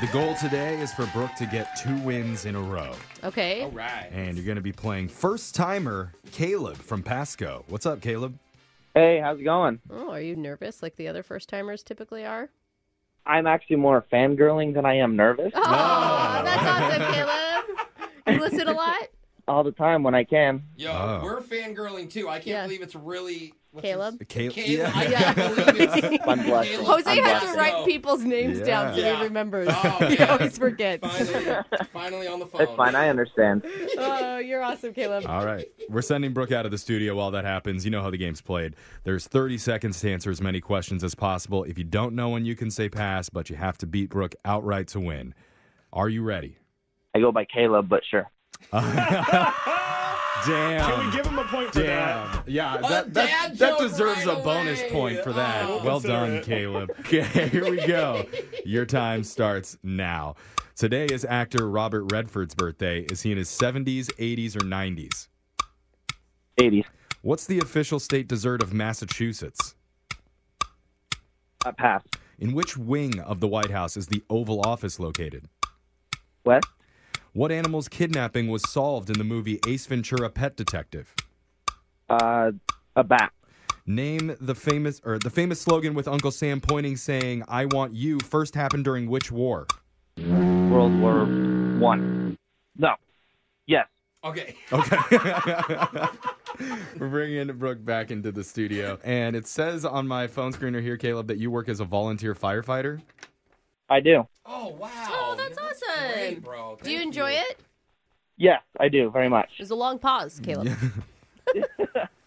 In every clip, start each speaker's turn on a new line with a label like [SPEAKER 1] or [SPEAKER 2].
[SPEAKER 1] The goal today is for Brooke to get two wins in a row.
[SPEAKER 2] Okay.
[SPEAKER 1] Oh.
[SPEAKER 3] right.
[SPEAKER 1] And you're going to be playing first timer Caleb from Pasco. What's up, Caleb?
[SPEAKER 4] Hey, how's it going?
[SPEAKER 2] Oh, are you nervous like the other first timers typically are?
[SPEAKER 4] I'm actually more fangirling than I am nervous
[SPEAKER 2] Oh, that's awesome, Caleb. You listen a lot?
[SPEAKER 4] all the time when I can.
[SPEAKER 3] Yo,
[SPEAKER 1] Oh.
[SPEAKER 3] we're fangirling too. I can't
[SPEAKER 2] Yeah.
[SPEAKER 3] believe it's really what's
[SPEAKER 2] Caleb?
[SPEAKER 3] his-
[SPEAKER 1] Caleb.
[SPEAKER 3] Caleb. I
[SPEAKER 2] Yeah.
[SPEAKER 3] can't believe it's
[SPEAKER 4] I'm blushing.
[SPEAKER 3] Caleb.
[SPEAKER 2] Jose
[SPEAKER 4] I'm
[SPEAKER 2] has
[SPEAKER 4] back.
[SPEAKER 2] to write
[SPEAKER 3] So,
[SPEAKER 2] people's names
[SPEAKER 1] Yeah.
[SPEAKER 2] down so
[SPEAKER 3] Yeah.
[SPEAKER 2] he remembers.
[SPEAKER 3] Oh,
[SPEAKER 2] he
[SPEAKER 3] yeah.
[SPEAKER 2] always forgets.
[SPEAKER 3] Finally, finally on the phone.
[SPEAKER 4] It's fine, I understand.
[SPEAKER 2] Oh, you're awesome, Caleb.
[SPEAKER 1] All right. We're sending Brooke out of the studio while that happens. You know how the game's played. There's 30 seconds to answer as many questions as possible. If you don't know one, you can say pass, but you have to beat Brooke outright to win. Are you ready?
[SPEAKER 4] I go by Caleb, but sure.
[SPEAKER 1] Damn.
[SPEAKER 5] Can we give him a point for
[SPEAKER 1] Damn.
[SPEAKER 5] that?
[SPEAKER 1] Yeah,
[SPEAKER 3] A
[SPEAKER 1] that, that,
[SPEAKER 3] dad joke
[SPEAKER 1] that deserves
[SPEAKER 3] right
[SPEAKER 1] a bonus
[SPEAKER 3] away.
[SPEAKER 1] point for that.
[SPEAKER 3] Oh.
[SPEAKER 1] well
[SPEAKER 5] Consider
[SPEAKER 1] done,
[SPEAKER 5] it.
[SPEAKER 1] Caleb. Okay, here we go. Your time starts now. Today is actor Robert Redford's birthday. Is he in his 70s, 80s, or 90s?
[SPEAKER 4] 80s.
[SPEAKER 1] What's the official state dessert of Massachusetts?
[SPEAKER 4] Uh, pass.
[SPEAKER 1] In which wing of the White House is the Oval Office located?
[SPEAKER 4] West.
[SPEAKER 1] What animal's kidnapping was solved in the movie Ace Ventura Pet Detective?
[SPEAKER 4] Uh, a bat.
[SPEAKER 1] Name the famous or the famous slogan with Uncle Sam pointing saying "I want you" first happened during which war?
[SPEAKER 4] World War One. No. Yes.
[SPEAKER 3] Okay.
[SPEAKER 1] Okay. We're bringing Brooke back into the studio, and it says on my phone screener here, Caleb, that you work as a volunteer firefighter.
[SPEAKER 4] I do.
[SPEAKER 3] Oh wow.
[SPEAKER 2] Oh, that's awesome.
[SPEAKER 3] great, bro.
[SPEAKER 2] Do you
[SPEAKER 3] Thank
[SPEAKER 2] enjoy it?
[SPEAKER 4] Yes, I do very much.
[SPEAKER 2] There's a long pause, Caleb.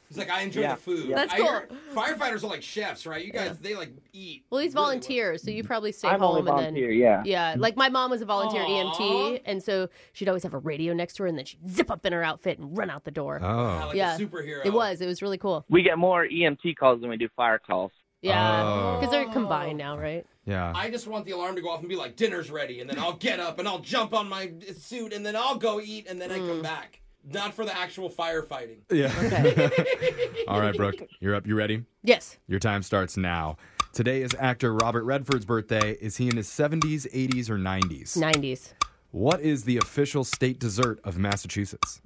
[SPEAKER 3] He's like, I enjoy
[SPEAKER 4] Yeah.
[SPEAKER 3] the food.
[SPEAKER 4] Yeah.
[SPEAKER 2] That's
[SPEAKER 3] I hear
[SPEAKER 2] cool.
[SPEAKER 3] Firefighters are like chefs, right? You guys, they like eat.
[SPEAKER 2] Well, he's
[SPEAKER 3] really well.
[SPEAKER 2] volunteer, so you probably stay
[SPEAKER 4] I'm
[SPEAKER 2] home
[SPEAKER 4] only
[SPEAKER 2] and
[SPEAKER 4] volunteer.
[SPEAKER 2] then.
[SPEAKER 4] Yeah.
[SPEAKER 2] Yeah, like my mom was a volunteer
[SPEAKER 3] Aw.
[SPEAKER 2] EMT, and so she'd always have a radio next to her, and then she'd zip up in her outfit and run out the door.
[SPEAKER 1] Oh.
[SPEAKER 3] Like a
[SPEAKER 2] Yeah.
[SPEAKER 3] superhero.
[SPEAKER 2] It was, it was really cool.
[SPEAKER 4] We get more EMT calls than we do fire calls.
[SPEAKER 2] Yeah,
[SPEAKER 1] Oh.
[SPEAKER 2] because they're combined now, right?
[SPEAKER 1] Yeah.
[SPEAKER 3] I just want the alarm to go off and be like, dinner's ready, and then I'll get up and I'll jump on my suit and then I'll go eat and then I
[SPEAKER 2] Hmm.
[SPEAKER 3] come back. Not for the actual firefighting.
[SPEAKER 1] Yeah.
[SPEAKER 2] Okay.
[SPEAKER 1] All right, Brooke, you're up. You ready?
[SPEAKER 2] yes.
[SPEAKER 1] Your time starts now. Today is actor Robert Redford's birthday. Is he in his 70s, 80s, or 90s?
[SPEAKER 2] 90s.
[SPEAKER 1] What is the official state dessert of Massachusetts?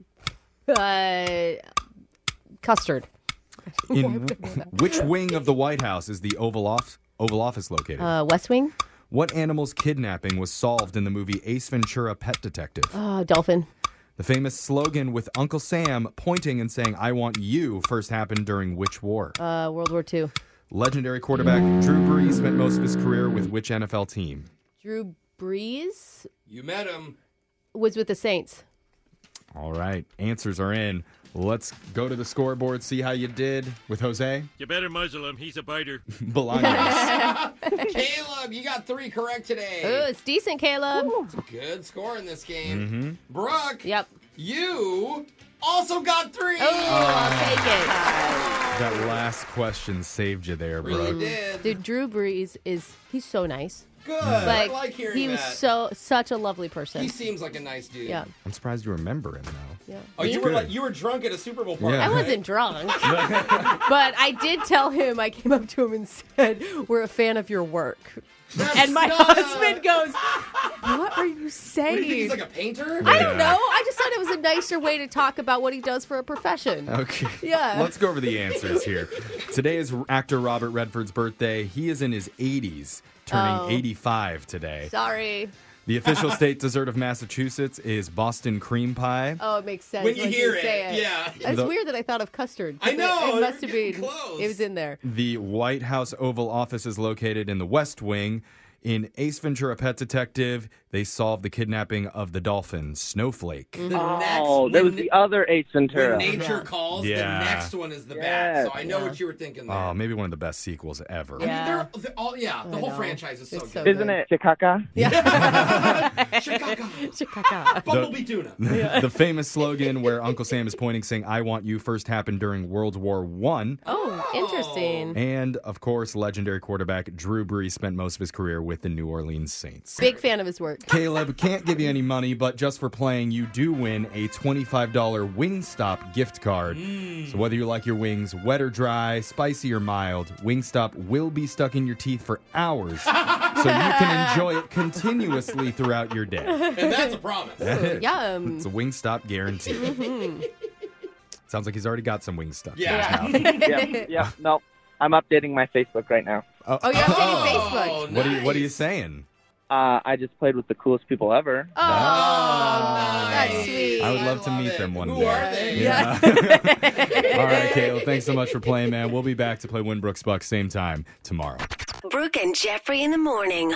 [SPEAKER 2] Uh, custard.
[SPEAKER 1] In which wing of the White House is the Oval, Off- Oval Office located?
[SPEAKER 2] Uh, West Wing.
[SPEAKER 1] what animal's kidnapping was solved in the movie Ace Ventura Pet Detective?
[SPEAKER 2] Uh, dolphin.
[SPEAKER 1] the famous slogan with Uncle Sam pointing and saying, I want you, first happened during which war?
[SPEAKER 2] Uh, World War II.
[SPEAKER 1] Legendary quarterback Drew Brees spent most of his career with which NFL team?
[SPEAKER 2] Drew Brees
[SPEAKER 3] You met him.
[SPEAKER 2] was with the Saints.
[SPEAKER 1] All right, answers are in. Let's go to the scoreboard, see how you did with Jose
[SPEAKER 6] You better muzzle him. He's a biter.
[SPEAKER 1] Bolaños.
[SPEAKER 3] Caleb, you got three correct today.
[SPEAKER 2] Oh, it's decent, Caleb.
[SPEAKER 3] Good score in this game. Brooke,
[SPEAKER 2] Yep.
[SPEAKER 3] you also got three.
[SPEAKER 2] Oh, I'll take it.
[SPEAKER 1] that last question saved you there, bro.
[SPEAKER 3] really did.
[SPEAKER 2] Dude, Drew Brees is he's so nice.
[SPEAKER 3] Good.
[SPEAKER 2] Like,
[SPEAKER 3] I like hearing
[SPEAKER 2] he was
[SPEAKER 3] that.
[SPEAKER 2] so such a lovely person.
[SPEAKER 3] he seems like a nice dude.
[SPEAKER 2] yeah.
[SPEAKER 1] I'm surprised you remember him now.
[SPEAKER 2] Yeah.
[SPEAKER 3] Oh,
[SPEAKER 2] Me?
[SPEAKER 3] you were
[SPEAKER 1] good.
[SPEAKER 3] like you were drunk at a Super Bowl party.
[SPEAKER 1] Yeah.
[SPEAKER 2] I
[SPEAKER 3] right?
[SPEAKER 2] wasn't drunk. but I did tell him I came up to him and said, "We're a fan of your work."
[SPEAKER 3] That's
[SPEAKER 2] And my
[SPEAKER 3] not a-
[SPEAKER 2] husband goes, "What are you saying?"
[SPEAKER 3] What do you think, he's like a painter.
[SPEAKER 2] I don't know. I just thought it was a nicer way to talk about what he does for a profession.
[SPEAKER 1] Okay.
[SPEAKER 2] Yeah.
[SPEAKER 1] Let's go over the answers here. Today is actor Robert Redford's birthday. He is in his 80s, turning
[SPEAKER 2] Oh.
[SPEAKER 1] 85 today.
[SPEAKER 2] Sorry.
[SPEAKER 1] The official state dessert of Massachusetts is Boston cream pie.
[SPEAKER 2] Oh, it makes sense
[SPEAKER 3] When you hear it,
[SPEAKER 2] say it.
[SPEAKER 3] yeah.
[SPEAKER 2] It's
[SPEAKER 1] The-
[SPEAKER 2] weird that I thought of custard.
[SPEAKER 3] I know,
[SPEAKER 2] It,
[SPEAKER 3] you
[SPEAKER 2] must
[SPEAKER 3] were
[SPEAKER 2] have
[SPEAKER 3] getting
[SPEAKER 2] been.
[SPEAKER 3] close.
[SPEAKER 2] It was in there.
[SPEAKER 1] The White House Oval Office is located in the West Wing. In Ace Ventura Pet Detective, they solve the kidnapping of the dolphin Snowflake.
[SPEAKER 2] Mm-hmm.
[SPEAKER 3] The next
[SPEAKER 4] Oh,
[SPEAKER 3] when
[SPEAKER 4] there was
[SPEAKER 3] na-
[SPEAKER 4] the other Ace
[SPEAKER 3] when
[SPEAKER 4] Ventura.
[SPEAKER 3] nature calls,
[SPEAKER 1] Yeah.
[SPEAKER 3] the next one is the
[SPEAKER 4] Yeah.
[SPEAKER 3] bat. So I know
[SPEAKER 2] Yeah.
[SPEAKER 3] what you were thinking there.
[SPEAKER 1] Oh, maybe one of the best sequels ever.
[SPEAKER 3] I mean,
[SPEAKER 2] Yeah.
[SPEAKER 3] they're, they're all yeah. The
[SPEAKER 2] I
[SPEAKER 3] whole
[SPEAKER 2] know.
[SPEAKER 3] franchise is so
[SPEAKER 2] It's so
[SPEAKER 3] good.
[SPEAKER 4] Isn't it Chicaca?
[SPEAKER 3] Chicago,
[SPEAKER 2] Chicago.
[SPEAKER 3] Bumblebee tuna.
[SPEAKER 1] the famous slogan where Uncle Sam is pointing saying "I want you" first happened during World War One,
[SPEAKER 2] Oh, interesting.
[SPEAKER 1] and of course, legendary quarterback Drew Brees spent most of his career with the New Orleans Saints.
[SPEAKER 2] Big fan of his work.
[SPEAKER 1] Caleb can't give you any money, but just for playing, you do win a $25 Wingstop gift card.
[SPEAKER 2] Mm.
[SPEAKER 1] So whether you like your wings wet or dry, spicy or mild, Wingstop will be stuck in your teeth for hours. so you can enjoy it continuously throughout your day.
[SPEAKER 3] And that's a promise.
[SPEAKER 2] Yum. Mm-hmm.
[SPEAKER 1] It's a Wingstop guarantee. Sounds like he's already got some Wingstop. in his
[SPEAKER 3] Yeah.
[SPEAKER 1] mouth.
[SPEAKER 4] yep, yep, no. I'm updating my Facebook right now.
[SPEAKER 2] Oh, you're updating
[SPEAKER 3] Oh,
[SPEAKER 2] Facebook.
[SPEAKER 1] What are you What are you
[SPEAKER 3] nice.
[SPEAKER 1] saying?
[SPEAKER 4] Uh, I just played with the coolest people ever.
[SPEAKER 2] Oh, that's
[SPEAKER 3] nice.
[SPEAKER 2] sweet.
[SPEAKER 1] I would love to
[SPEAKER 3] love
[SPEAKER 1] meet
[SPEAKER 3] it.
[SPEAKER 1] them one
[SPEAKER 3] Who
[SPEAKER 1] day.
[SPEAKER 3] are they?
[SPEAKER 1] Yeah. All right, Caleb. Thanks so much for playing, man. We'll be back to play Winbrook's Bucks same time tomorrow.
[SPEAKER 5] Brooke and Jeffrey in the morning.